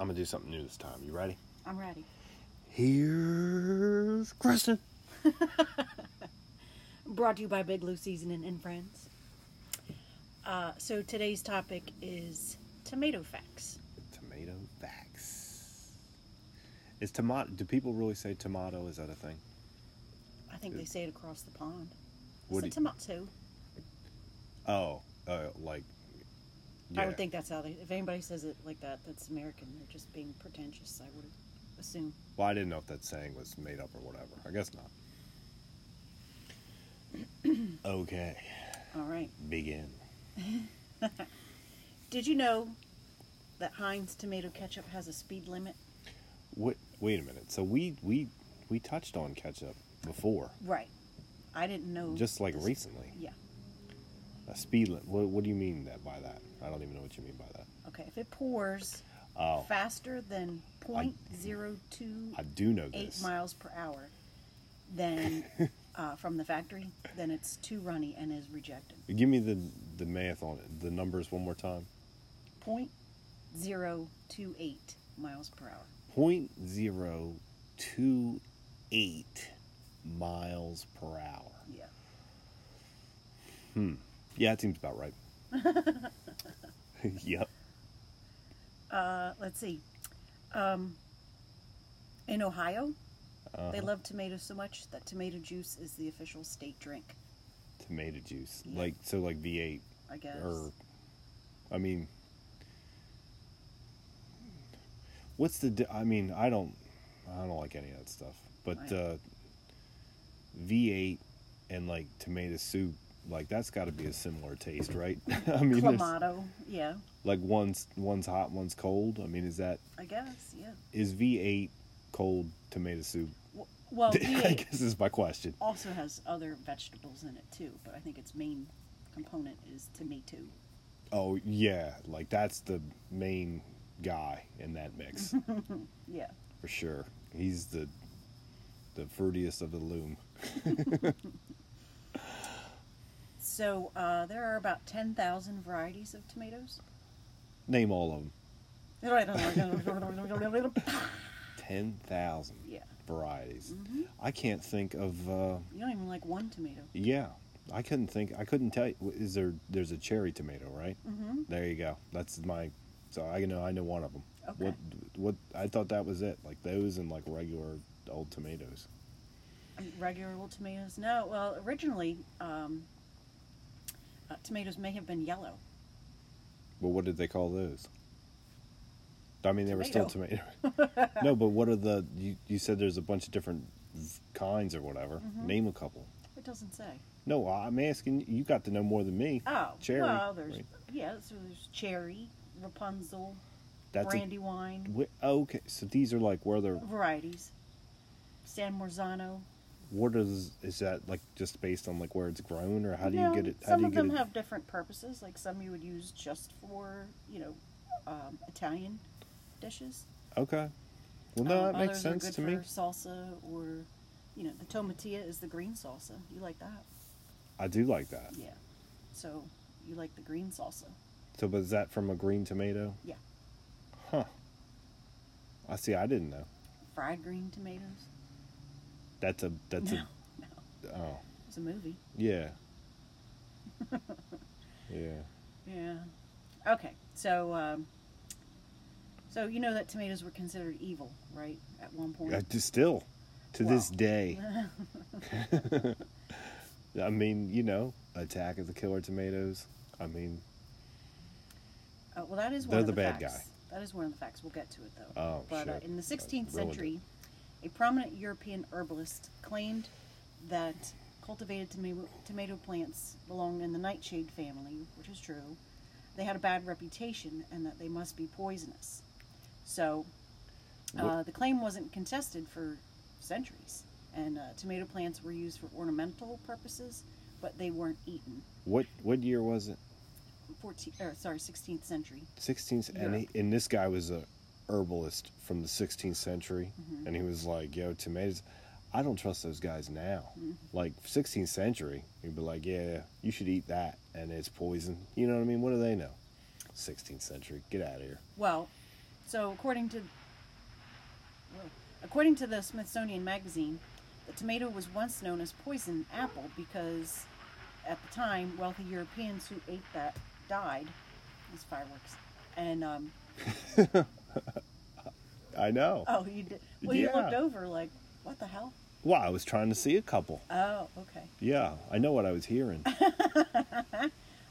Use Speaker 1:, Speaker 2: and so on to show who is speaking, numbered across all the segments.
Speaker 1: I'm gonna do something new this time. You ready?
Speaker 2: I'm ready.
Speaker 1: Here's Kristen.
Speaker 2: Brought to you by Big Lou Seasoning and Friends. Uh, so today's topic is tomato facts.
Speaker 1: Tomato facts. Is tomato? Do people really say tomato? Is that a thing?
Speaker 2: I think they say it across the pond.
Speaker 1: What
Speaker 2: It's a
Speaker 1: do
Speaker 2: tomato.
Speaker 1: Oh, uh, like.
Speaker 2: I
Speaker 1: yeah.
Speaker 2: would think that's how they. If anybody says it like that, that's American. They're just being pretentious. I would assume.
Speaker 1: Well, I didn't know if that saying was made up or whatever. I guess not. okay,
Speaker 2: All right.
Speaker 1: begin.
Speaker 2: Did you know that Heinz tomato ketchup has a speed limit?
Speaker 1: Wait, wait a minute. So we we we touched on ketchup before,
Speaker 2: Right. I didn't know.
Speaker 1: just like
Speaker 2: this-
Speaker 1: recently.
Speaker 2: Yeah.
Speaker 1: A speed limit. What, what do you mean that by that? I don't even know what you mean by that.
Speaker 2: Okay. If it pours
Speaker 1: Oh,
Speaker 2: faster than point zero two
Speaker 1: I do know
Speaker 2: eight
Speaker 1: this.
Speaker 2: miles per hour then uh, from the factory, then it's too runny and is rejected.
Speaker 1: Give me the the math on it. The numbers one more time.
Speaker 2: Point zero two eight miles per hour.
Speaker 1: Point zero two eight miles per hour.
Speaker 2: Yeah.
Speaker 1: Yeah, it seems about right. yep.
Speaker 2: Uh, let's see. Um, in Ohio, they love tomatoes so much that tomato juice is the official state drink.
Speaker 1: Tomato juice.
Speaker 2: Yeah.
Speaker 1: Like so like V eight
Speaker 2: I guess.
Speaker 1: or I mean What's the di- I mean, I don't I don't like any of that stuff. But
Speaker 2: I-
Speaker 1: uh V8 and like tomato soup, like that's got to be a similar taste, right? I mean, there's-
Speaker 2: Clamato. Yeah,
Speaker 1: like one's one's hot, one's cold. I mean, is that
Speaker 2: I guess. Yeah.
Speaker 1: is V8 cold tomato soup?
Speaker 2: W- Well,
Speaker 1: I
Speaker 2: V8
Speaker 1: guess is my question.
Speaker 2: also has other vegetables in it too, but I think its main component is tomato.
Speaker 1: Oh yeah, like that's the main guy in that mix
Speaker 2: Yeah.
Speaker 1: for sure. He's the the fruitiest of the loom.
Speaker 2: So uh, there are about 10,000 varieties of tomatoes.
Speaker 1: Name all of them.
Speaker 2: you
Speaker 1: Ten thousand
Speaker 2: Yeah.
Speaker 1: varieties.
Speaker 2: Mm-hmm.
Speaker 1: I can't think of. Uh,
Speaker 2: don't even like one tomato.
Speaker 1: yeah, I couldn't think. I couldn't tell. You, is there? There's a cherry tomato, right?
Speaker 2: Mm-hmm.
Speaker 1: There you go. That's my. So I know I know one of them.
Speaker 2: Okay.
Speaker 1: What what I thought that was it. Like those and like regular old tomatoes.
Speaker 2: Regular old tomatoes? No. Well, originally, um, uh, tomatoes may have been yellow.
Speaker 1: Well, what did they call those? I mean, they were still tomato.
Speaker 2: Tomato.
Speaker 1: no, but what are the? You, you said there's a bunch of different v- kinds or whatever.
Speaker 2: Mm-hmm.
Speaker 1: Name a couple.
Speaker 2: It doesn't say.
Speaker 1: No, I'm asking. You got to know more than me.
Speaker 2: Oh,
Speaker 1: Cherry,
Speaker 2: well, there's
Speaker 1: right.
Speaker 2: yeah, so there's cherry, Rapunzel,
Speaker 1: That's a-
Speaker 2: brandywine
Speaker 1: Wh- okay. So these are like where they're.
Speaker 2: varieties, San Marzano.
Speaker 1: What is is that like? Just based on like where it's grown, or how do
Speaker 2: No,
Speaker 1: you get it? How
Speaker 2: some
Speaker 1: do you
Speaker 2: of
Speaker 1: get
Speaker 2: them
Speaker 1: it?
Speaker 2: have different purposes. Like some you would use just for you know um, Italian dishes.
Speaker 1: okay. Well, no,
Speaker 2: Um,
Speaker 1: that makes
Speaker 2: others are
Speaker 1: sense
Speaker 2: good
Speaker 1: to me.
Speaker 2: for Salsa or you know the tomatilla is the green salsa. You like that?
Speaker 1: I do like that.
Speaker 2: Yeah. So you like the green salsa?
Speaker 1: So, but is that from a green tomato?
Speaker 2: Yeah.
Speaker 1: Huh. I see. I didn't know.
Speaker 2: Fried green tomatoes?
Speaker 1: That's a. That's
Speaker 2: no, no.
Speaker 1: a. Oh.
Speaker 2: It's a movie.
Speaker 1: Yeah. yeah.
Speaker 2: Yeah. Okay. So, um, so you know that tomatoes were considered evil, right? At one point.
Speaker 1: I just still, to this
Speaker 2: Wow.
Speaker 1: day. I mean, you know, Attack of the Killer Tomatoes. I mean,
Speaker 2: Uh, well, that is one
Speaker 1: They're
Speaker 2: of
Speaker 1: the
Speaker 2: the,
Speaker 1: bad
Speaker 2: facts.
Speaker 1: guy.
Speaker 2: That is one of the facts. We'll get to it though.
Speaker 1: Oh,
Speaker 2: but Uh,
Speaker 1: shit.
Speaker 2: in the
Speaker 1: I
Speaker 2: 16th
Speaker 1: ruined it.
Speaker 2: century, a prominent European herbalist claimed that cultivated tomato, tomato plants belong in the nightshade family, which is true. They had a bad reputation and that they must be poisonous. So, uh, the claim wasn't contested for centuries, and uh, tomato plants were used for ornamental purposes, but they weren't eaten.
Speaker 1: what what year was it?
Speaker 2: 14, or, sorry, 16th century.
Speaker 1: 16th. And, he, and this guy was a herbalist from the 16th century. And he was like, yo, tomatoes. I don't trust those guys now. Like 16th century, you'd be like, yeah, you should eat that, and it's poison. You know what I mean? What do they know? 16th century, get out of here.
Speaker 2: Well, So according to whoa. according to the Smithsonian Magazine, the tomato was once known as poison apple because at the time wealthy Europeans who ate that died. These fireworks, and um,
Speaker 1: I know.
Speaker 2: oh, you did. Well,
Speaker 1: Yeah.
Speaker 2: you looked over like, what the hell?
Speaker 1: Well, I was trying to see a couple.
Speaker 2: Oh, okay.
Speaker 1: Yeah, I know what I was hearing.
Speaker 2: All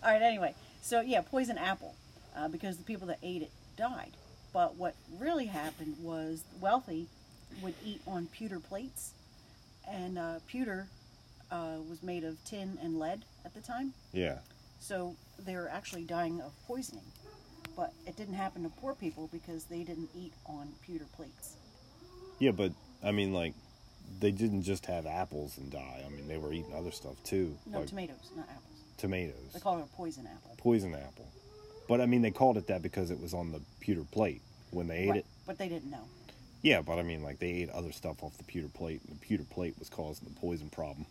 Speaker 2: right, anyway. So, yeah, poison apple, uh, because the people that ate it died. But what really happened was the wealthy would eat on pewter plates, and uh, pewter uh, was made of tin and lead at the time.
Speaker 1: Yeah.
Speaker 2: So they were actually dying of poisoning. But it didn't happen to poor people because they didn't eat on pewter plates.
Speaker 1: Yeah, but I mean, like, they didn't just have apples and die. I mean, they were eating other stuff too,
Speaker 2: No,
Speaker 1: like
Speaker 2: tomatoes, not apples.
Speaker 1: tomatoes,
Speaker 2: They call it a poison apple.
Speaker 1: poison apple. But I mean, they called it that because it was on the pewter plate when they ate
Speaker 2: Right,
Speaker 1: it.
Speaker 2: But they didn't know.
Speaker 1: Yeah, but I mean, like, they ate other stuff off the pewter plate, and the pewter plate was causing the poison problem,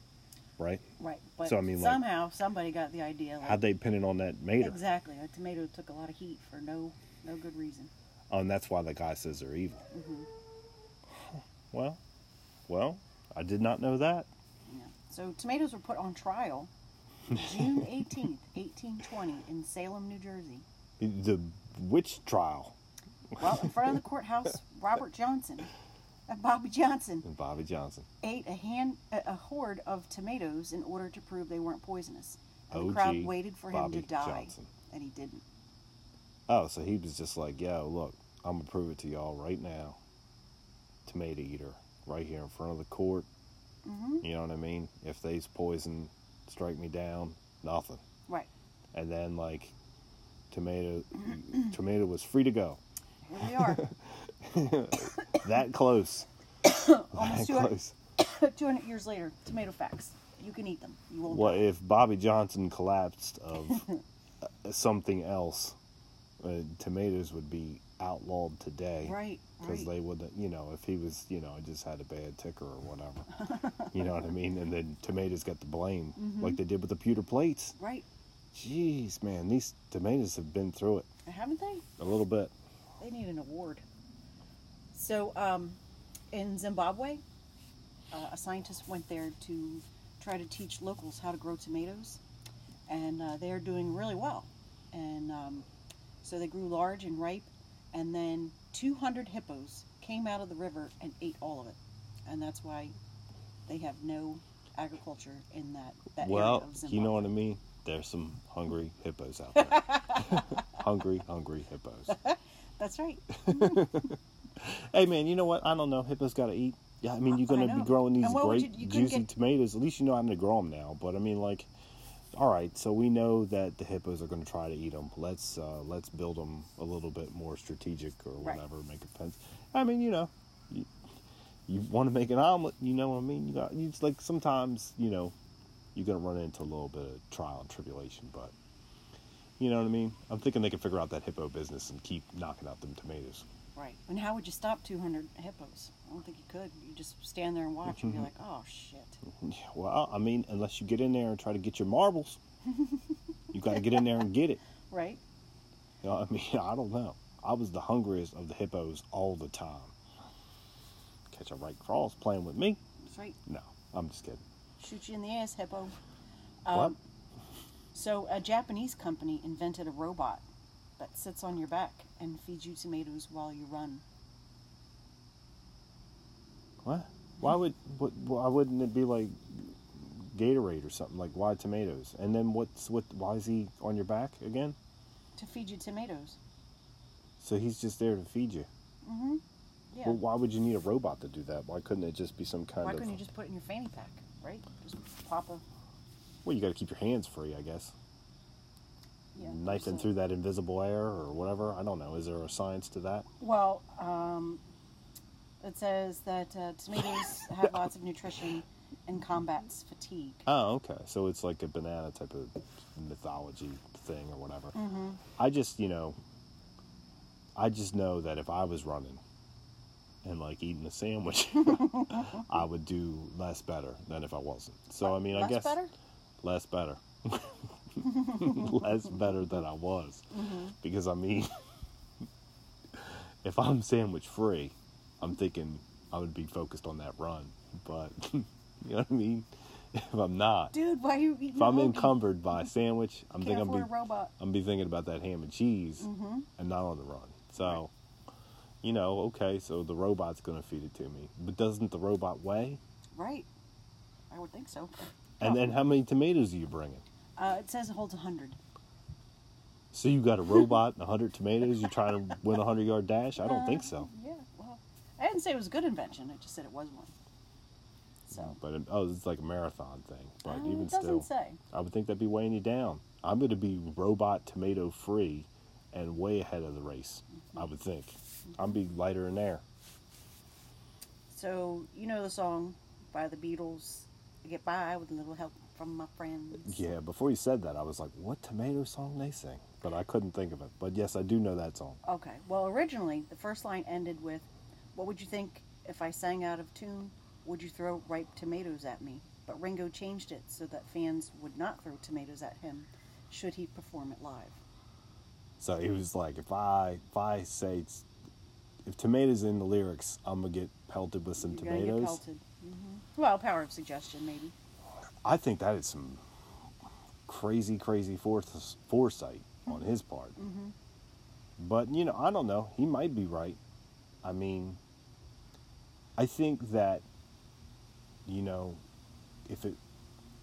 Speaker 1: right?
Speaker 2: Right. But
Speaker 1: So, I mean, like-
Speaker 2: somehow somebody got the idea. Like,
Speaker 1: How'd they pin it on that mater?
Speaker 2: Exactly. A tomato took a lot of heat for no no good reason.
Speaker 1: Oh, and that's why the guy says they're evil.
Speaker 2: Mm-hmm.
Speaker 1: Huh. Well, well, I did not know that.
Speaker 2: Yeah. So tomatoes were put on trial June 18th, 1820 in Salem, New Jersey.
Speaker 1: The witch trial.
Speaker 2: Well, in front of the courthouse, Robert Johnson, uh, Bobby Johnson,
Speaker 1: And Bobby Johnson.
Speaker 2: ate a hand a a hoard of tomatoes in order to prove they weren't poisonous. And the
Speaker 1: OG
Speaker 2: crowd waited for him
Speaker 1: Bobby
Speaker 2: to die,
Speaker 1: Johnson.
Speaker 2: and he didn't.
Speaker 1: Oh, so he was just like, yo, look, I'm going to prove it to y'all right now. Tomato eater, right here in front of the court.
Speaker 2: Mhm.
Speaker 1: You know what I mean? If they's poison, strike me down, nothing.
Speaker 2: Right.
Speaker 1: And then, like, tomato, tomato was free to go.
Speaker 2: Here we are,
Speaker 1: That close. that
Speaker 2: almost 200,
Speaker 1: close.
Speaker 2: 200 years later. Tomato facts. You can eat them. You won't.
Speaker 1: What if Bobby Johnson collapsed of uh, something else? Uh, tomatoes would be outlawed today.
Speaker 2: Right,
Speaker 1: Because
Speaker 2: right.
Speaker 1: they wouldn't, you know, if he was, you know, just had a bad ticker or whatever. you know what I mean? And then tomatoes got the blame,
Speaker 2: Mm-hmm.
Speaker 1: like they did with the pewter plates.
Speaker 2: Right.
Speaker 1: Jeez, man, these tomatoes have been through it
Speaker 2: Haven't they?
Speaker 1: a little bit.
Speaker 2: They need an award. So, um, in Zimbabwe, uh, a scientist went there to try to teach locals how to grow tomatoes, and uh, they're doing really well. And um, so they grew large and ripe, and then 200 hippos came out of the river and ate all of it, and that's why they have no agriculture in that, that
Speaker 1: well,
Speaker 2: area of Zimbabwe.
Speaker 1: you know what I mean? There's some hungry hippos out there. hungry, hungry hippos.
Speaker 2: That's right.
Speaker 1: Hey man, you know what? I don't know. Hippos got to eat. Yeah, I mean, you're
Speaker 2: I- I
Speaker 1: gonna be
Speaker 2: know.
Speaker 1: growing these
Speaker 2: And what would
Speaker 1: great
Speaker 2: you- you couldn't
Speaker 1: juicy
Speaker 2: get-
Speaker 1: tomatoes. At least you know how to grow them now. But I mean, like, all right. So we know that the hippos are gonna try to eat them. Let's uh, let's build them a little bit more strategic or
Speaker 2: Right.
Speaker 1: whatever. Make a fence. I mean, you know, you, you want to make an omelet. You know what I mean? You got. You just, like sometimes you know, you're gonna run into a little bit of trial and tribulation, but. You know what I mean? I'm thinking they can figure out that hippo business and keep knocking out them tomatoes.
Speaker 2: Right. And how would you stop 200 hippos? I don't think you could. You just stand there and watch and be like, oh, shit.
Speaker 1: Mm-hmm. Yeah, Well, I mean, unless you get in there and try to get your marbles, you got to get in there and get it.
Speaker 2: Right?
Speaker 1: You know, I mean, I don't know. I was the hungriest of the hippos all the time. Catch a right cross playing with me?
Speaker 2: That's right.
Speaker 1: No, I'm just kidding.
Speaker 2: Shoot you in the ass, hippo.
Speaker 1: what?
Speaker 2: Um, So, a Japanese company invented a robot that sits on your back and feeds you tomatoes while you run.
Speaker 1: What? Why would? What, why wouldn't it be like Gatorade or something? Like why tomatoes? And then what's what? Why is he on your back again?
Speaker 2: To feed you tomatoes.
Speaker 1: So he's just there to feed you.
Speaker 2: Yeah.
Speaker 1: Well, why would you need a robot to do that? Why couldn't it just be some kind
Speaker 2: Why
Speaker 1: of?
Speaker 2: couldn't you just put it in your fanny pack, right? Just pop a.
Speaker 1: Well, you got to keep your hands free, I guess.
Speaker 2: Yeah,
Speaker 1: knifing
Speaker 2: so-
Speaker 1: through that invisible air or whatever. I don't know. Is there a science to that?
Speaker 2: Well, um, it says that uh, tomatoes have lots of nutrition and combats fatigue.
Speaker 1: Oh, okay. So it's like a banana type of mythology thing or whatever.
Speaker 2: Mm-hmm.
Speaker 1: I just, you know, I just know that if I was running and like eating a sandwich, I would do less better than if I wasn't. So I mean, I
Speaker 2: Less
Speaker 1: guess
Speaker 2: better?
Speaker 1: less better, less better than I was, because I mean, if I'm sandwich free, I'm thinking I would be focused on that run. But you know what I mean? If I'm not,
Speaker 2: Dude, why are you eating
Speaker 1: if I'm
Speaker 2: a hoagie?
Speaker 1: encumbered by a sandwich, I'm
Speaker 2: Can't
Speaker 1: thinking I'm
Speaker 2: afford a
Speaker 1: be,
Speaker 2: robot.
Speaker 1: I'm be thinking about that ham and cheese and not on the run. So, you know, okay, so the robot's going to feed it to me. But doesn't the robot weigh?
Speaker 2: Right. I would think so.
Speaker 1: And then how many tomatoes are you bringing?
Speaker 2: Uh, it says it holds 100.
Speaker 1: So you got a robot and 100 tomatoes? You're trying to win a 100 yard dash? I don't think so.
Speaker 2: Yeah, well, I didn't say it was a good invention. I just said it was one. So,
Speaker 1: But it, oh, it's like a marathon thing. But
Speaker 2: uh,
Speaker 1: even
Speaker 2: it doesn't
Speaker 1: still,
Speaker 2: say.
Speaker 1: I would think that'd be weighing you down. I'm going to be robot tomato free and way ahead of the race, I would think. I'll be lighter in air.
Speaker 2: So, you know the song by the Beatles, I Get By with a Little Help from My Friends.
Speaker 1: Yeah, before you said that, I was like, what tomato song they sing? But I couldn't think of it. But yes, I do know that song.
Speaker 2: Okay. Well, originally, the first line ended with, What would you think if I sang out of tune? Would you throw ripe tomatoes at me? But Ringo changed it so that fans would not throw tomatoes at him should he perform it live.
Speaker 1: So he was like, if I if I say it's, if tomatoes in the lyrics, I'm gonna get pelted with some
Speaker 2: You're gonna get
Speaker 1: tomatoes.
Speaker 2: pelted. hmm Well, power of suggestion, maybe.
Speaker 1: I think that is some crazy, crazy forth- foresight on his part. But you know, I don't know. He might be right. I mean, I think that you know, if it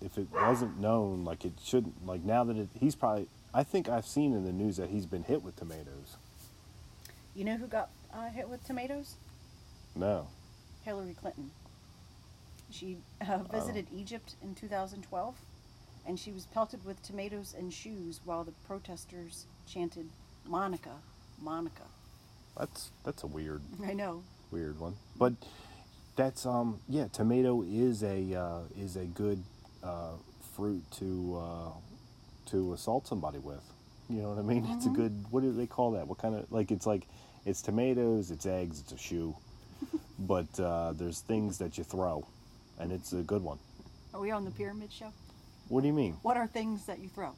Speaker 1: if it wasn't known, like it shouldn't, like now that it, he's probably. I think I've seen in the news that he's been hit with tomatoes.
Speaker 2: You know who got uh, hit with tomatoes?
Speaker 1: No,
Speaker 2: Hillary Clinton. She uh, visited Egypt in 2012, and she was pelted with tomatoes and shoes while the protesters chanted, Monica, Monica.
Speaker 1: that's that's a weird
Speaker 2: I know.
Speaker 1: weird one. But that's um yeah, tomato is a uh, is a good uh, fruit to uh, to assault somebody with. You know what I mean? It's a
Speaker 2: Mm-hmm.
Speaker 1: good what do they call that? What kind of like it's like it's tomatoes, it's eggs, it's a shoe. but uh, there's things that you throw, and it's a good one.
Speaker 2: Are we on the pyramid show?
Speaker 1: What do you mean?
Speaker 2: What are things that you throw?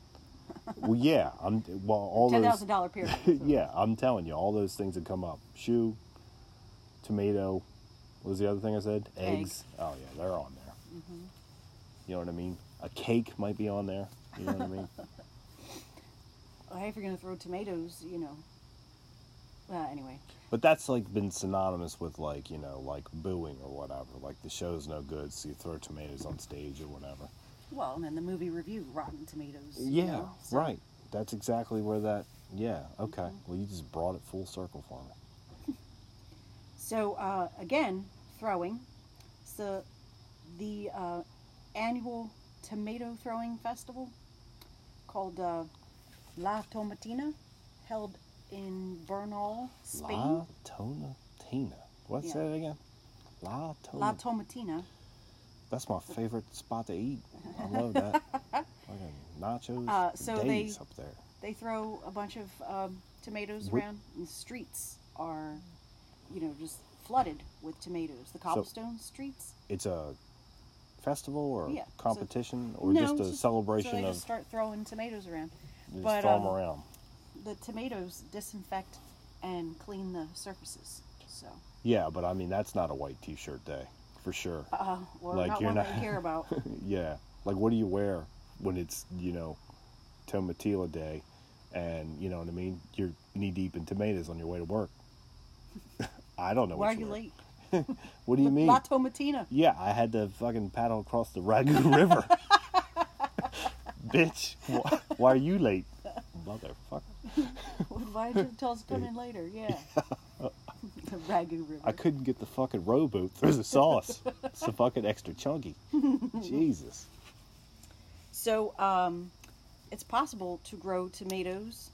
Speaker 1: well, yeah, I'm well all
Speaker 2: Ten
Speaker 1: those
Speaker 2: thousand dollar pyramid.
Speaker 1: yeah, I'm telling you, all those things that come up: shoe, tomato. What was the other thing I said?
Speaker 2: Eggs. Mm-hmm.
Speaker 1: Oh yeah, they're on there. You know what I mean? A cake might be on there. You know what I mean?
Speaker 2: Oh, hey, if you're gonna throw tomatoes, you know. Uh, anyway,
Speaker 1: But that's like been synonymous with like you know like booing or whatever. Like the show's no good, so you throw tomatoes on stage or whatever.
Speaker 2: well, and then the movie review, Rotten Tomatoes. you
Speaker 1: Yeah,
Speaker 2: know, so- Mm-hmm.
Speaker 1: right. That's exactly where that. Yeah. Okay. Well, you just brought it full circle for me.
Speaker 2: So uh, again, throwing. So the uh, annual tomato throwing festival called uh, La Tomatina, held in Bernal, Spain.
Speaker 1: La Tonatina. What's
Speaker 2: Yeah.
Speaker 1: that again? La Tonatina.
Speaker 2: La Tomatina.
Speaker 1: That's my favorite spot to eat. I love that. Fucking nachos
Speaker 2: Uh,
Speaker 1: for
Speaker 2: so they-
Speaker 1: days up there.
Speaker 2: they throw a bunch of um, tomatoes
Speaker 1: Wh-
Speaker 2: around and the streets are you know just flooded with tomatoes the cobblestone streets
Speaker 1: It's a festival or
Speaker 2: Yeah, so-
Speaker 1: competition or
Speaker 2: No,
Speaker 1: just
Speaker 2: it's
Speaker 1: a celebration
Speaker 2: so they
Speaker 1: of
Speaker 2: just start throwing tomatoes around
Speaker 1: just
Speaker 2: but,
Speaker 1: throw 'em
Speaker 2: um,
Speaker 1: around.
Speaker 2: the tomatoes disinfect and clean the surfaces so
Speaker 1: Yeah, but I mean that's not a white T-shirt day for sure.
Speaker 2: uh, well
Speaker 1: Like,
Speaker 2: not
Speaker 1: you're
Speaker 2: one
Speaker 1: not-
Speaker 2: that we care about
Speaker 1: yeah, like what do you wear when it's you know tomatilla day, and you know what I mean? You're knee deep in tomatoes on your way to work. I don't know.
Speaker 2: why are
Speaker 1: what
Speaker 2: you
Speaker 1: wear.
Speaker 2: late
Speaker 1: What do you mean?
Speaker 2: la tomatina
Speaker 1: Yeah, I had to fucking paddle across the Ragu River. Bitch, why, why are you late? Motherfucker.
Speaker 2: why did you tell us to come in later yeah the ragu river
Speaker 1: I couldn't get the fucking rowboat through the sauce. It's a fucking extra chunky. Jesus.
Speaker 2: So um, it's possible to grow tomatoes,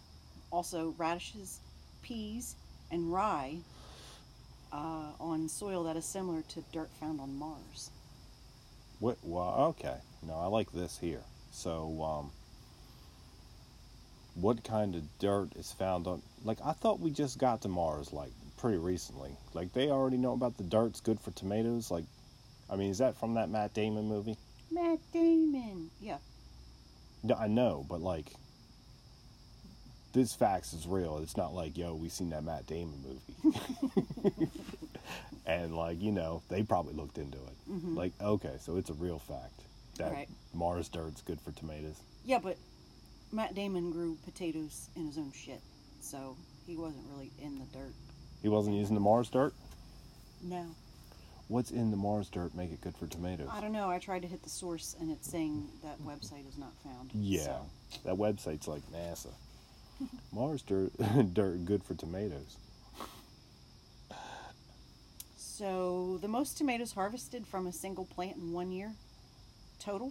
Speaker 2: also radishes, peas, and rye uh, on soil that is similar to dirt found on Mars.
Speaker 1: What? Well, okay. No, I like this here. So, um, what kind of dirt is found on? Like, I thought we just got to Mars like pretty recently. Like, they already know about the dirt's good for tomatoes. Like, I mean, is that from that Matt Damon movie?
Speaker 2: Matt Damon. Yeah.
Speaker 1: No, I know, but like, this facts is real. It's not like, yo, we seen that Matt Damon movie. and like, you know, they probably looked into it. Like, okay, so it's a real fact that
Speaker 2: Mm-hmm. Right.
Speaker 1: Mars dirt's good for tomatoes.
Speaker 2: Yeah, but Matt Damon grew potatoes in his own shit, so he wasn't really in the dirt.
Speaker 1: He wasn't using the Mars dirt.
Speaker 2: No.
Speaker 1: What's in the Mars dirt make it good for tomatoes?
Speaker 2: I don't know. I tried to hit the source, and it's saying that website is not found.
Speaker 1: Yeah,
Speaker 2: so-
Speaker 1: that website's like NASA. Mars dirt, dirt good for tomatoes.
Speaker 2: So the most tomatoes harvested from a single plant in one year, total,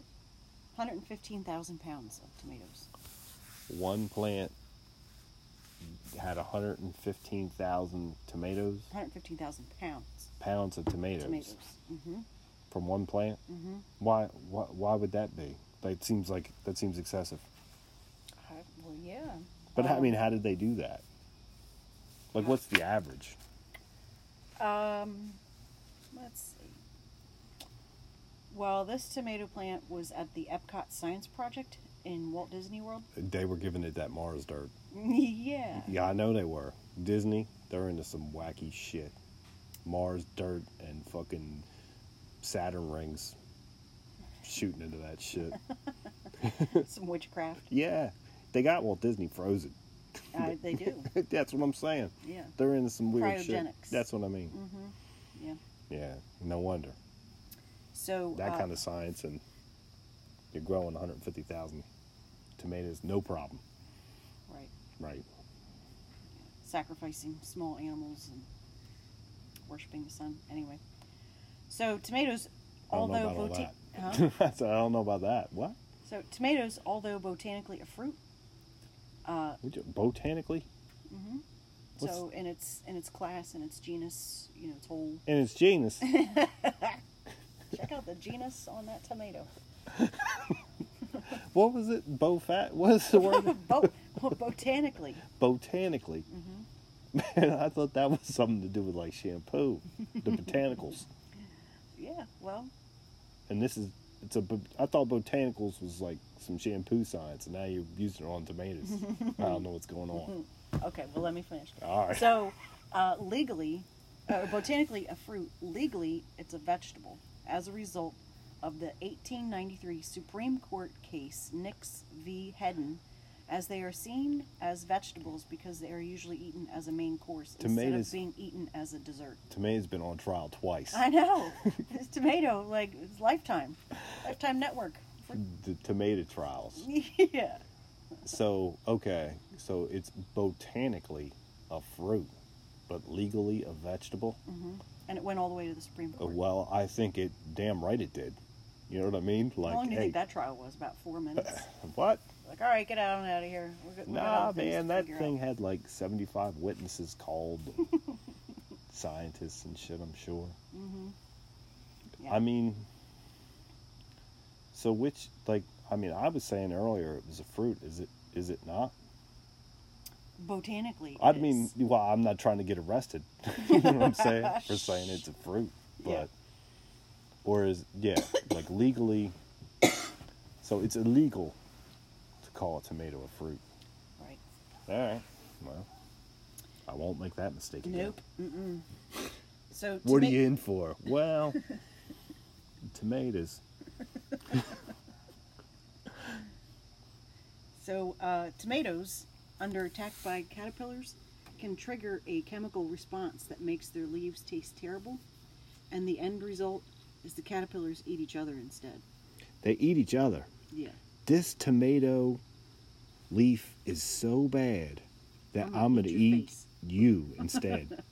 Speaker 2: 115,000 pounds of tomatoes.
Speaker 1: One plant had 115,000 tomatoes
Speaker 2: 115,000 pounds
Speaker 1: pounds of tomatoes,
Speaker 2: tomatoes. hmm
Speaker 1: from one plant. Mm-hmm. Why, why? Why would that be? That seems like that seems excessive.
Speaker 2: well, yeah. Um,
Speaker 1: But I mean, how did they do that? Like, what's the average?
Speaker 2: Um, let's see. Well, this tomato plant was at the Epcot Science Project in Walt Disney World.
Speaker 1: They were giving it that Mars dirt.
Speaker 2: yeah.
Speaker 1: Yeah, I know they were. Disney, they're into some wacky shit. Mars dirt and fucking Saturn rings shooting into that shit.
Speaker 2: Some witchcraft.
Speaker 1: yeah. They got Walt Disney frozen.
Speaker 2: Uh, they do.
Speaker 1: That's what I'm saying.
Speaker 2: Yeah.
Speaker 1: They're into some weird shit.
Speaker 2: Cryogenics.
Speaker 1: That's what I mean.
Speaker 2: Yeah.
Speaker 1: Yeah. No wonder.
Speaker 2: So
Speaker 1: That
Speaker 2: uh,
Speaker 1: kind of science and you're growing 150,000 tomatoes, no problem.
Speaker 2: right,
Speaker 1: Right.
Speaker 2: sacrificing small animals and worshiping the sun. Anyway, so tomatoes,
Speaker 1: I don't know
Speaker 2: although
Speaker 1: about all
Speaker 2: bota-
Speaker 1: that.
Speaker 2: Huh?
Speaker 1: I said, I don't know about that. What?
Speaker 2: so tomatoes, although botanically a fruit, uh,
Speaker 1: Would you- Botanically? What's-
Speaker 2: so in its in its class in its genus, you know, its whole
Speaker 1: And it's genius.
Speaker 2: Check out the genus on that tomato.
Speaker 1: what was it? Bo fat? What is the word?
Speaker 2: Bo- well, botanically,
Speaker 1: Botanically. Man, I thought that was something to do with like shampoo, the botanicals.
Speaker 2: yeah. Well,
Speaker 1: And this is, it's a, bo- I thought botanicals was like some shampoo science, and now you're using it on tomatoes. I don't know what's going on.
Speaker 2: okay. Well, let me finish.
Speaker 1: All right.
Speaker 2: So, uh, legally, uh, botanically a fruit. Legally, it's a vegetable. As a result of the 1893 Supreme Court case Nix v. Hedden, as they are seen as vegetables because they are usually eaten as a main course instead
Speaker 1: Tomatoes.
Speaker 2: of being eaten as a dessert.
Speaker 1: Tomatoes been on trial twice.
Speaker 2: I know this tomato, like it's Lifetime, Lifetime Network.
Speaker 1: The tomato trials.
Speaker 2: yeah.
Speaker 1: So, okay, so it's botanically a fruit, but legally a vegetable?
Speaker 2: Mm-hmm. and it went all the way to the Supreme
Speaker 1: Uh,
Speaker 2: Court.
Speaker 1: Well, I think it damn right it did. You know what I mean? Like,
Speaker 2: How long do you
Speaker 1: hey,
Speaker 2: think that trial was? About four minutes.
Speaker 1: what?
Speaker 2: like, all right, get out and out of here. We're good.
Speaker 1: Nah, man, that thing had like 75 witnesses called, and scientists and shit, I'm sure.
Speaker 2: Yeah.
Speaker 1: I mean, so which, like, I mean, I was saying earlier it was a fruit. Is it? Is it not?
Speaker 2: botanically.
Speaker 1: I
Speaker 2: it
Speaker 1: mean,
Speaker 2: is.
Speaker 1: well, I'm not trying to get arrested. you know what I'm saying? For saying it's a fruit, but
Speaker 2: Yeah.
Speaker 1: or is yeah, like legally. So it's illegal to call a tomato a fruit.
Speaker 2: right?
Speaker 1: All right. Well, I won't make that mistake again.
Speaker 2: Nope. Mm-mm. So
Speaker 1: What are
Speaker 2: toma-
Speaker 1: you in for? Well, tomatoes.
Speaker 2: So uh, tomatoes, under attack by caterpillars, can trigger a chemical response that makes their leaves taste terrible, and the end result is the caterpillars eat each other instead.
Speaker 1: They eat each other.
Speaker 2: Yeah.
Speaker 1: This tomato leaf is so bad that
Speaker 2: I'm gonna
Speaker 1: I'm going to
Speaker 2: eat your
Speaker 1: eat
Speaker 2: face.
Speaker 1: you instead.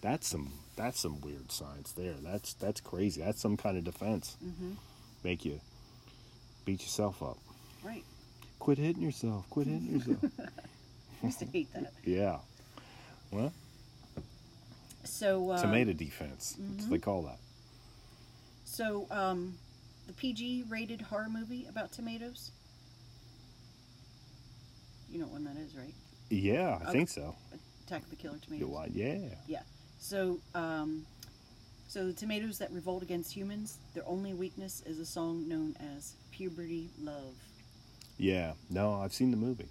Speaker 1: that's some that's some weird science there. That's that's crazy. That's some kind of defense.
Speaker 2: Mm-hmm.
Speaker 1: Make you beat yourself up.
Speaker 2: Right.
Speaker 1: Quit hitting yourself. Quit hitting yourself.
Speaker 2: I used to hate that.
Speaker 1: yeah. Well,
Speaker 2: So uh, mm-hmm.
Speaker 1: tomato defense. That's what they call that.
Speaker 2: So, um, the PG rated horror movie about tomatoes? You know what one that is, right?
Speaker 1: Yeah, I
Speaker 2: Okay.
Speaker 1: think so.
Speaker 2: Attack of the Killer Tomatoes.
Speaker 1: Yeah, yeah.
Speaker 2: Yeah. So, um, so the tomatoes that revolt against humans, their only weakness is a song known as Puberty Love.
Speaker 1: Yeah. No, I've seen the movie.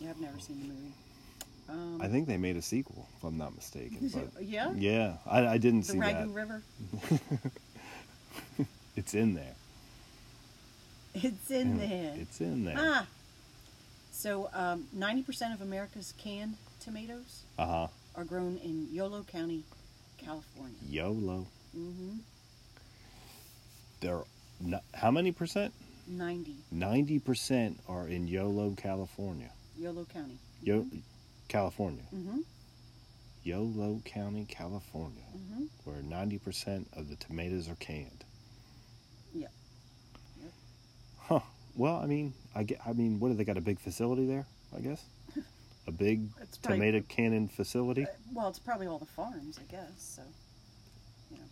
Speaker 2: Yeah, I've never seen the movie. Um,
Speaker 1: I think they made a sequel, if I'm not mistaken. But
Speaker 2: yeah?
Speaker 1: yeah, I, I didn't
Speaker 2: The
Speaker 1: see
Speaker 2: Ragu
Speaker 1: that.
Speaker 2: River.
Speaker 1: It's in there.
Speaker 2: It's in there.
Speaker 1: It's in there.
Speaker 2: Ah. So um, 90% of America's canned tomatoes
Speaker 1: Uh huh.
Speaker 2: are grown in Yolo County, California.
Speaker 1: YOLO.
Speaker 2: Mm-hmm.
Speaker 1: There, no, how many percent?
Speaker 2: 90.
Speaker 1: Ninety percent are in YOLO, California.
Speaker 2: Yolo County.
Speaker 1: Yo, California.
Speaker 2: Mm-hmm.
Speaker 1: YOLO County, California,
Speaker 2: Mm-hmm.
Speaker 1: where ninety percent of the tomatoes are canned.
Speaker 2: Yep.
Speaker 1: Huh. Well, I mean, I get. I mean, what do they got? A big facility there? I guess. A big
Speaker 2: It's probably-
Speaker 1: tomato canning facility.
Speaker 2: Uh, well, it's probably all the farms, I guess. So, you know.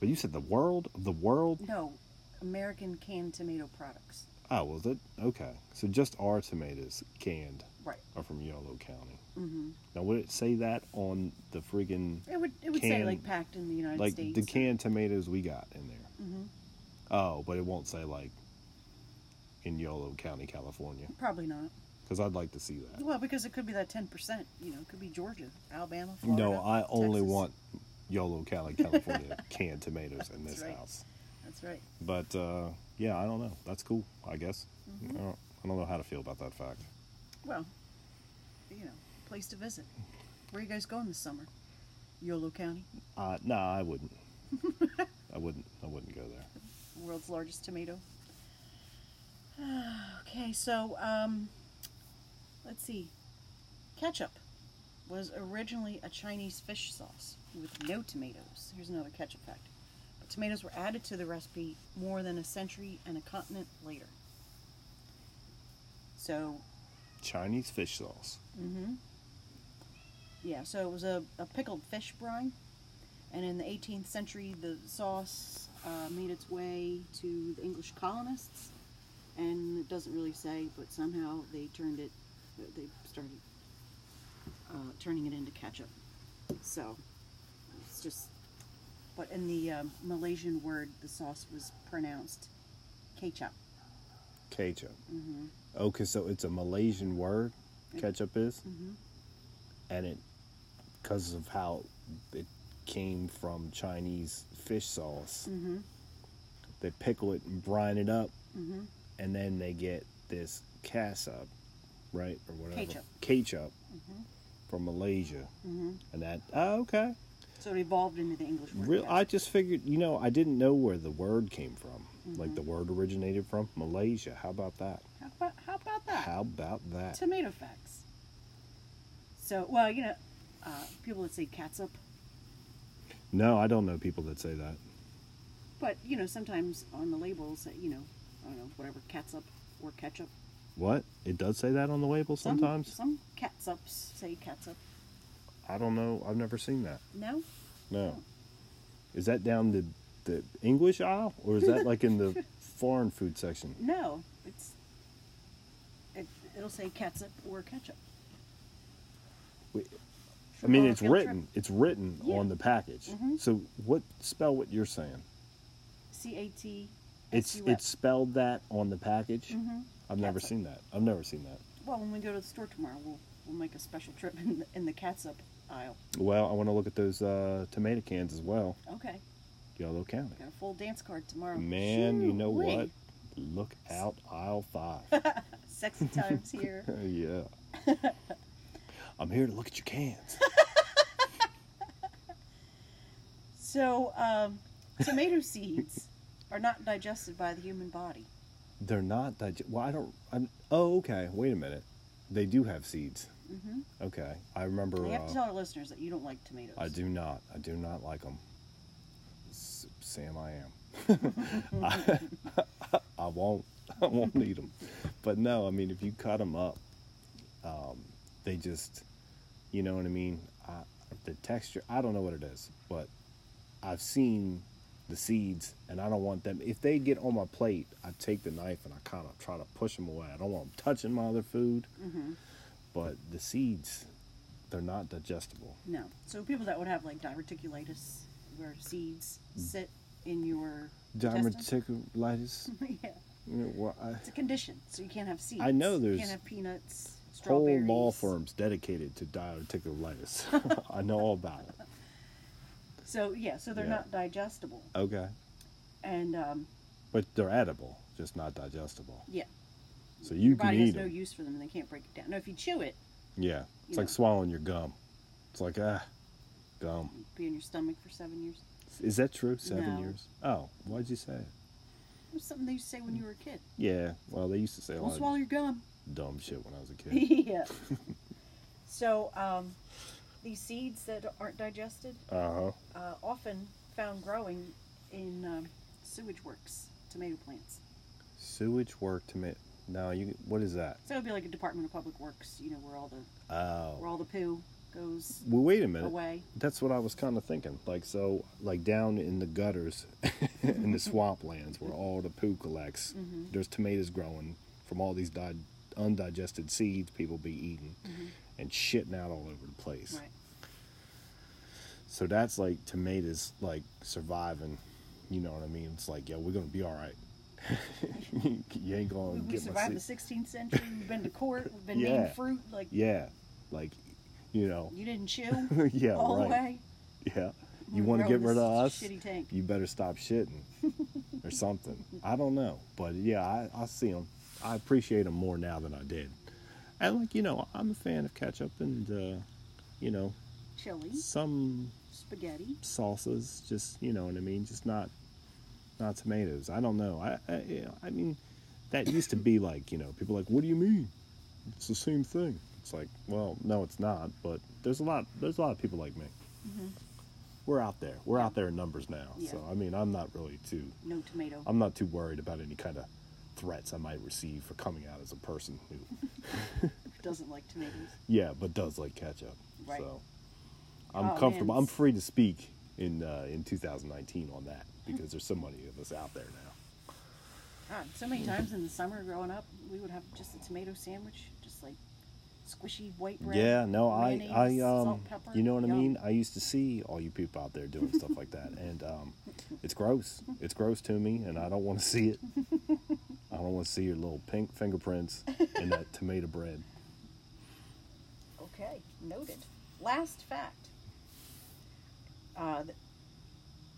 Speaker 1: But you said the world of the world.
Speaker 2: No, American canned tomato products.
Speaker 1: Oh, was it? Okay. So just our tomatoes canned
Speaker 2: Right.
Speaker 1: are from Yolo County.
Speaker 2: Mm-hmm.
Speaker 1: Now, would it say that on the friggin'
Speaker 2: It would it would say
Speaker 1: Canned-
Speaker 2: like packed in the United
Speaker 1: like
Speaker 2: States.
Speaker 1: the canned tomatoes we got in there?
Speaker 2: Mm-hmm.
Speaker 1: Oh, but it won't say like in Yolo County, California,
Speaker 2: Probably not.
Speaker 1: because I'd like to see that.
Speaker 2: Well, because it could be that ten percent. You know, it could be Georgia, Alabama. Florida,
Speaker 1: No, I only
Speaker 2: Texas.
Speaker 1: want Yolo County, California canned tomatoes in
Speaker 2: That's
Speaker 1: this
Speaker 2: right.
Speaker 1: house.
Speaker 2: That's right.
Speaker 1: But uh, yeah, I don't know. That's cool, I guess.
Speaker 2: Mm-hmm.
Speaker 1: I, don't, I don't know how to feel about that fact.
Speaker 2: Well, you know, place to visit. Where are you guys going this summer? Yolo County,
Speaker 1: Uh, nah, I wouldn't. I wouldn't. I wouldn't go there.
Speaker 2: world's largest tomato. okay, so um, let's see. Ketchup was originally a Chinese fish sauce with no tomatoes. Here's another ketchup fact. But tomatoes were added to the recipe more than a century and a continent later. So
Speaker 1: Chinese fish sauce.
Speaker 2: hmm Yeah, so it was a, a pickled fish brine, and in the 18th century, the sauce uh, made its way to the English colonists, and it doesn't really say, but somehow they turned it, they started uh, turning it into ketchup. So it's just, but in the um, Malaysian word, the sauce was pronounced ketchup.
Speaker 1: Ketchup. Okay, so it's a Malaysian word. Ketchup is, and it because of how it came from Chinese fish sauce. They pickle it and brine it up, and then they get this catsup, right or whatever
Speaker 2: Ketchup.
Speaker 1: Ketchup from Malaysia, and that oh, okay.
Speaker 2: So it evolved into the English word.
Speaker 1: Real,
Speaker 2: ketchup.
Speaker 1: I just figured, you know, I didn't know where the word came from.
Speaker 2: Mm-hmm.
Speaker 1: Like the word originated from Malaysia. How about that?
Speaker 2: how, about, how about that?
Speaker 1: How about that?
Speaker 2: tomato facts. So, well, you know, uh, people that say catsup,
Speaker 1: No, I don't know people that say that.
Speaker 2: but you know, sometimes on the labels, uh, you know, I don't know, whatever catsup or ketchup.
Speaker 1: What? It does say that on the label
Speaker 2: Some-
Speaker 1: sometimes?
Speaker 2: some, catsups say catsup.
Speaker 1: I don't know. I've never seen that.
Speaker 2: No,
Speaker 1: No. Is that down the, the English aisle or is that like in the foreign food section?
Speaker 2: no, it's it, it'll say catsup or ketchup.
Speaker 1: Wait, I mean,
Speaker 2: Or
Speaker 1: it's
Speaker 2: field trip.
Speaker 1: written. It's written
Speaker 2: Yeah.
Speaker 1: on the package.
Speaker 2: Mhm.
Speaker 1: So what? Spell what you're saying.
Speaker 2: C A T.
Speaker 1: It's
Speaker 2: S U F.
Speaker 1: it's spelled that on the package.
Speaker 2: Mhm.
Speaker 1: I've never
Speaker 2: Catsup.
Speaker 1: seen that. I've never seen that.
Speaker 2: Well, when we go to the store tomorrow, we'll we'll make a special trip in the, in the catsup aisle.
Speaker 1: Well, I want to look at those uh, tomato cans as well.
Speaker 2: Okay,
Speaker 1: Yolo County.
Speaker 2: got a full dance card tomorrow.
Speaker 1: Man, you know
Speaker 2: Shoo-wee.
Speaker 1: what? Look out aisle five.
Speaker 2: Sexy times here.
Speaker 1: yeah. I'm here to look at your cans.
Speaker 2: So, um, tomato seeds are not digested by the human body.
Speaker 1: They're not digest. Well, I don't. I'm, oh, okay. Wait a minute. They do have seeds.
Speaker 2: Mm-hmm.
Speaker 1: Okay. I remember.
Speaker 2: We have
Speaker 1: uh,
Speaker 2: to tell our listeners that you don't like tomatoes.
Speaker 1: I do not. I do not like them. S- Sam, I am. I, I won't. I won't eat them. But no, I mean, if you cut them up, um, they just, you know what I mean. I, the texture. I don't know what it is, but I've seen the seeds, and I don't want them. If they get on my plate, I take the knife and I kind of try to push them away. I don't want them touching my other food. But the seeds, they're not digestible.
Speaker 2: No. So people that would have like diverticulitis, where seeds
Speaker 1: Mm.
Speaker 2: sit in your intestine.
Speaker 1: diverticulitis.
Speaker 2: yeah,
Speaker 1: You know, wha- I-
Speaker 2: it's a condition, so you can't have seeds.
Speaker 1: know
Speaker 2: You
Speaker 1: there's-
Speaker 2: can't have peanuts.
Speaker 1: whole
Speaker 2: strawberries.
Speaker 1: law firms dedicated to diverticulitis. I know all about it.
Speaker 2: So yeah, so they're
Speaker 1: Yeah.
Speaker 2: not digestible,
Speaker 1: Okay.
Speaker 2: and um,
Speaker 1: But they're edible, just not digestible.
Speaker 2: yeah,
Speaker 1: So you
Speaker 2: your
Speaker 1: can
Speaker 2: body has
Speaker 1: eat
Speaker 2: no
Speaker 1: them.
Speaker 2: use for them. and They can't break it down. Now, if you chew it,
Speaker 1: yeah. It's
Speaker 2: Yeah.
Speaker 1: like swallowing your gum. It's like, ah, gum.
Speaker 2: it'd be in your stomach for seven years.
Speaker 1: Is that true? Seven
Speaker 2: No.
Speaker 1: years? Oh, why'd you say it?
Speaker 2: It was something they used to say when you were a kid.
Speaker 1: Yeah. Well, they used to say a
Speaker 2: Don't
Speaker 1: lot
Speaker 2: swallow
Speaker 1: of
Speaker 2: your gum.
Speaker 1: dumb shit when I was a kid.
Speaker 2: yeah. so um, these seeds that aren't digested
Speaker 1: uh huh.
Speaker 2: uh, often found growing in um, sewage works tomato plants.
Speaker 1: Sewage work to make. No, you. What is that?
Speaker 2: So it'd be like a Department of Public Works, you know, where all the where
Speaker 1: Oh.
Speaker 2: all the poo goes
Speaker 1: Well, wait a minute.
Speaker 2: away.
Speaker 1: That's what I was kind of thinking. Like so, like down in the gutters, in the swamplands where all the poo collects,
Speaker 2: Mm-hmm.
Speaker 1: there's tomatoes growing from all these di- undigested seeds people be eating and shitting out all over the place.
Speaker 2: Mm-hmm. Right.
Speaker 1: So that's like tomatoes like surviving. You know what I mean? It's like, yo, we're gonna be all right. you ain't gonna
Speaker 2: We, we
Speaker 1: get my
Speaker 2: survived
Speaker 1: se-
Speaker 2: the 16th century. We've been to court. We've been
Speaker 1: Yeah.
Speaker 2: named fruit. Like
Speaker 1: Yeah, like, you know,
Speaker 2: you didn't chew
Speaker 1: yeah,
Speaker 2: all
Speaker 1: right.
Speaker 2: the way.
Speaker 1: Yeah, you
Speaker 2: We're
Speaker 1: want to get
Speaker 2: growing
Speaker 1: rid of
Speaker 2: this
Speaker 1: us?
Speaker 2: Shitty tank.
Speaker 1: You better stop shitting or something. I don't know, but yeah, I, I see them. I appreciate them more now than I did. And like you know, I'm a fan of ketchup and uh, you know
Speaker 2: Chili,
Speaker 1: some
Speaker 2: spaghetti.
Speaker 1: salsas. Just you know what I mean. Just not not tomatoes. I don't know. I I, you know, I mean that used to be like you know people like what do you mean? It's the same thing. It's like well no it's not. But there's a lot there's a lot of people like me. We're out there. We're out there in numbers now. So
Speaker 2: Yeah.
Speaker 1: I mean I'm not really too
Speaker 2: No tomato.
Speaker 1: I'm not too worried about any kind of threats I might receive for coming out as a person who
Speaker 2: Doesn't like tomatoes.
Speaker 1: yeah but does like ketchup.
Speaker 2: Right.
Speaker 1: So I'm
Speaker 2: Oh, man.
Speaker 1: comfortable. I'm free to speak in uh, in 2019 on that because there's so many of us out there now.
Speaker 2: God, so many times in the summer growing up, we would have just a tomato sandwich, just like squishy white bread.
Speaker 1: Yeah, no, I,
Speaker 2: mayonnaise,
Speaker 1: I, um,
Speaker 2: salt, pepper,
Speaker 1: you know what I
Speaker 2: yum.
Speaker 1: mean. I used to see all you people out there doing stuff like that, and um, it's gross. It's gross to me, and I don't want to see it. I don't want to see your little pink fingerprints in that tomato bread.
Speaker 2: Okay, noted. Last fact. Uh, th-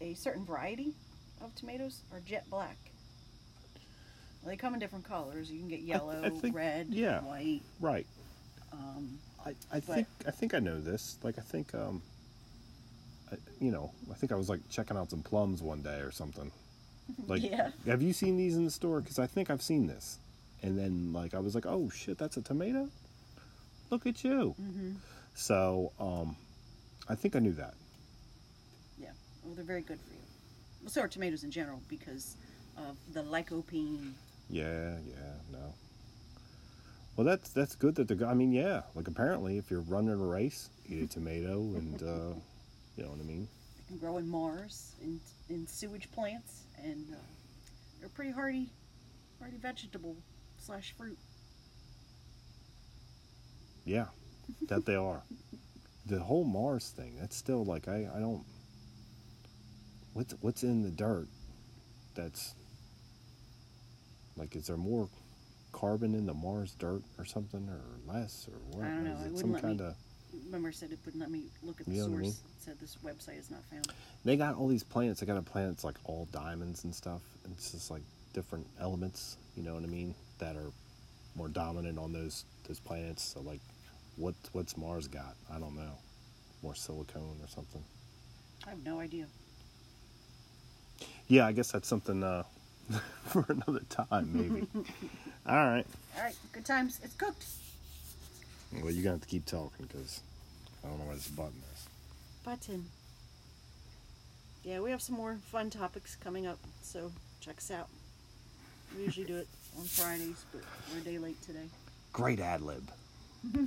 Speaker 2: a certain variety of tomatoes are jet black. They come in different colors. You can get yellow,
Speaker 1: think-
Speaker 2: red,
Speaker 1: yeah.
Speaker 2: white.
Speaker 1: Right.
Speaker 2: Um,
Speaker 1: I, I
Speaker 2: But-
Speaker 1: think I think I know this. Like I think um, I, you know, I think I was like checking out some plums one day or something. Like,
Speaker 2: Yeah.
Speaker 1: have you seen these in the store? Because I think I've seen this. And then like I was like, oh shit, that's a tomato. Look at you.
Speaker 2: Mm-hmm.
Speaker 1: So um, I think I knew that.
Speaker 2: yeah. Well, they're very good for you. Well, so are tomatoes in general because of the lycopene.
Speaker 1: Yeah, yeah, no. Well, that's that's good that they're. go- I mean, yeah. Like apparently, if you're running a race, eat a tomato, and uh, you know what I mean.
Speaker 2: They can grow in Mars, in, in sewage plants, and uh, they're pretty hardy, hardy vegetable slash fruit.
Speaker 1: Yeah, that they are. The whole Mars thing, that's still like I, I don't what's what's in the dirt that's like is there more carbon in the Mars dirt or something or less or what?
Speaker 2: I don't
Speaker 1: Or
Speaker 2: know,
Speaker 1: Is
Speaker 2: it
Speaker 1: it
Speaker 2: wouldn't
Speaker 1: some
Speaker 2: let me-
Speaker 1: kind of
Speaker 2: Remember, I said it wouldn't let me look at the
Speaker 1: Yeah, I
Speaker 2: source.
Speaker 1: mean.
Speaker 2: It said this website is not found.
Speaker 1: they got all these planets, they got a planet that's like all diamonds and stuff. And it's just like different elements, you know what I mean, that are more dominant on those those planets. So like what what's Mars got? I don't know. More silicone or something.
Speaker 2: I have no idea.
Speaker 1: Yeah, I guess that's something uh, for another time, maybe. All right.
Speaker 2: All right, good times. It's cooked.
Speaker 1: Well, you're gonna have to keep talking because I don't know where this button is.
Speaker 2: Button. Yeah, we have some more fun topics coming up, so check us out. We usually do it on Fridays, but we're a day late today.
Speaker 1: Great ad lib.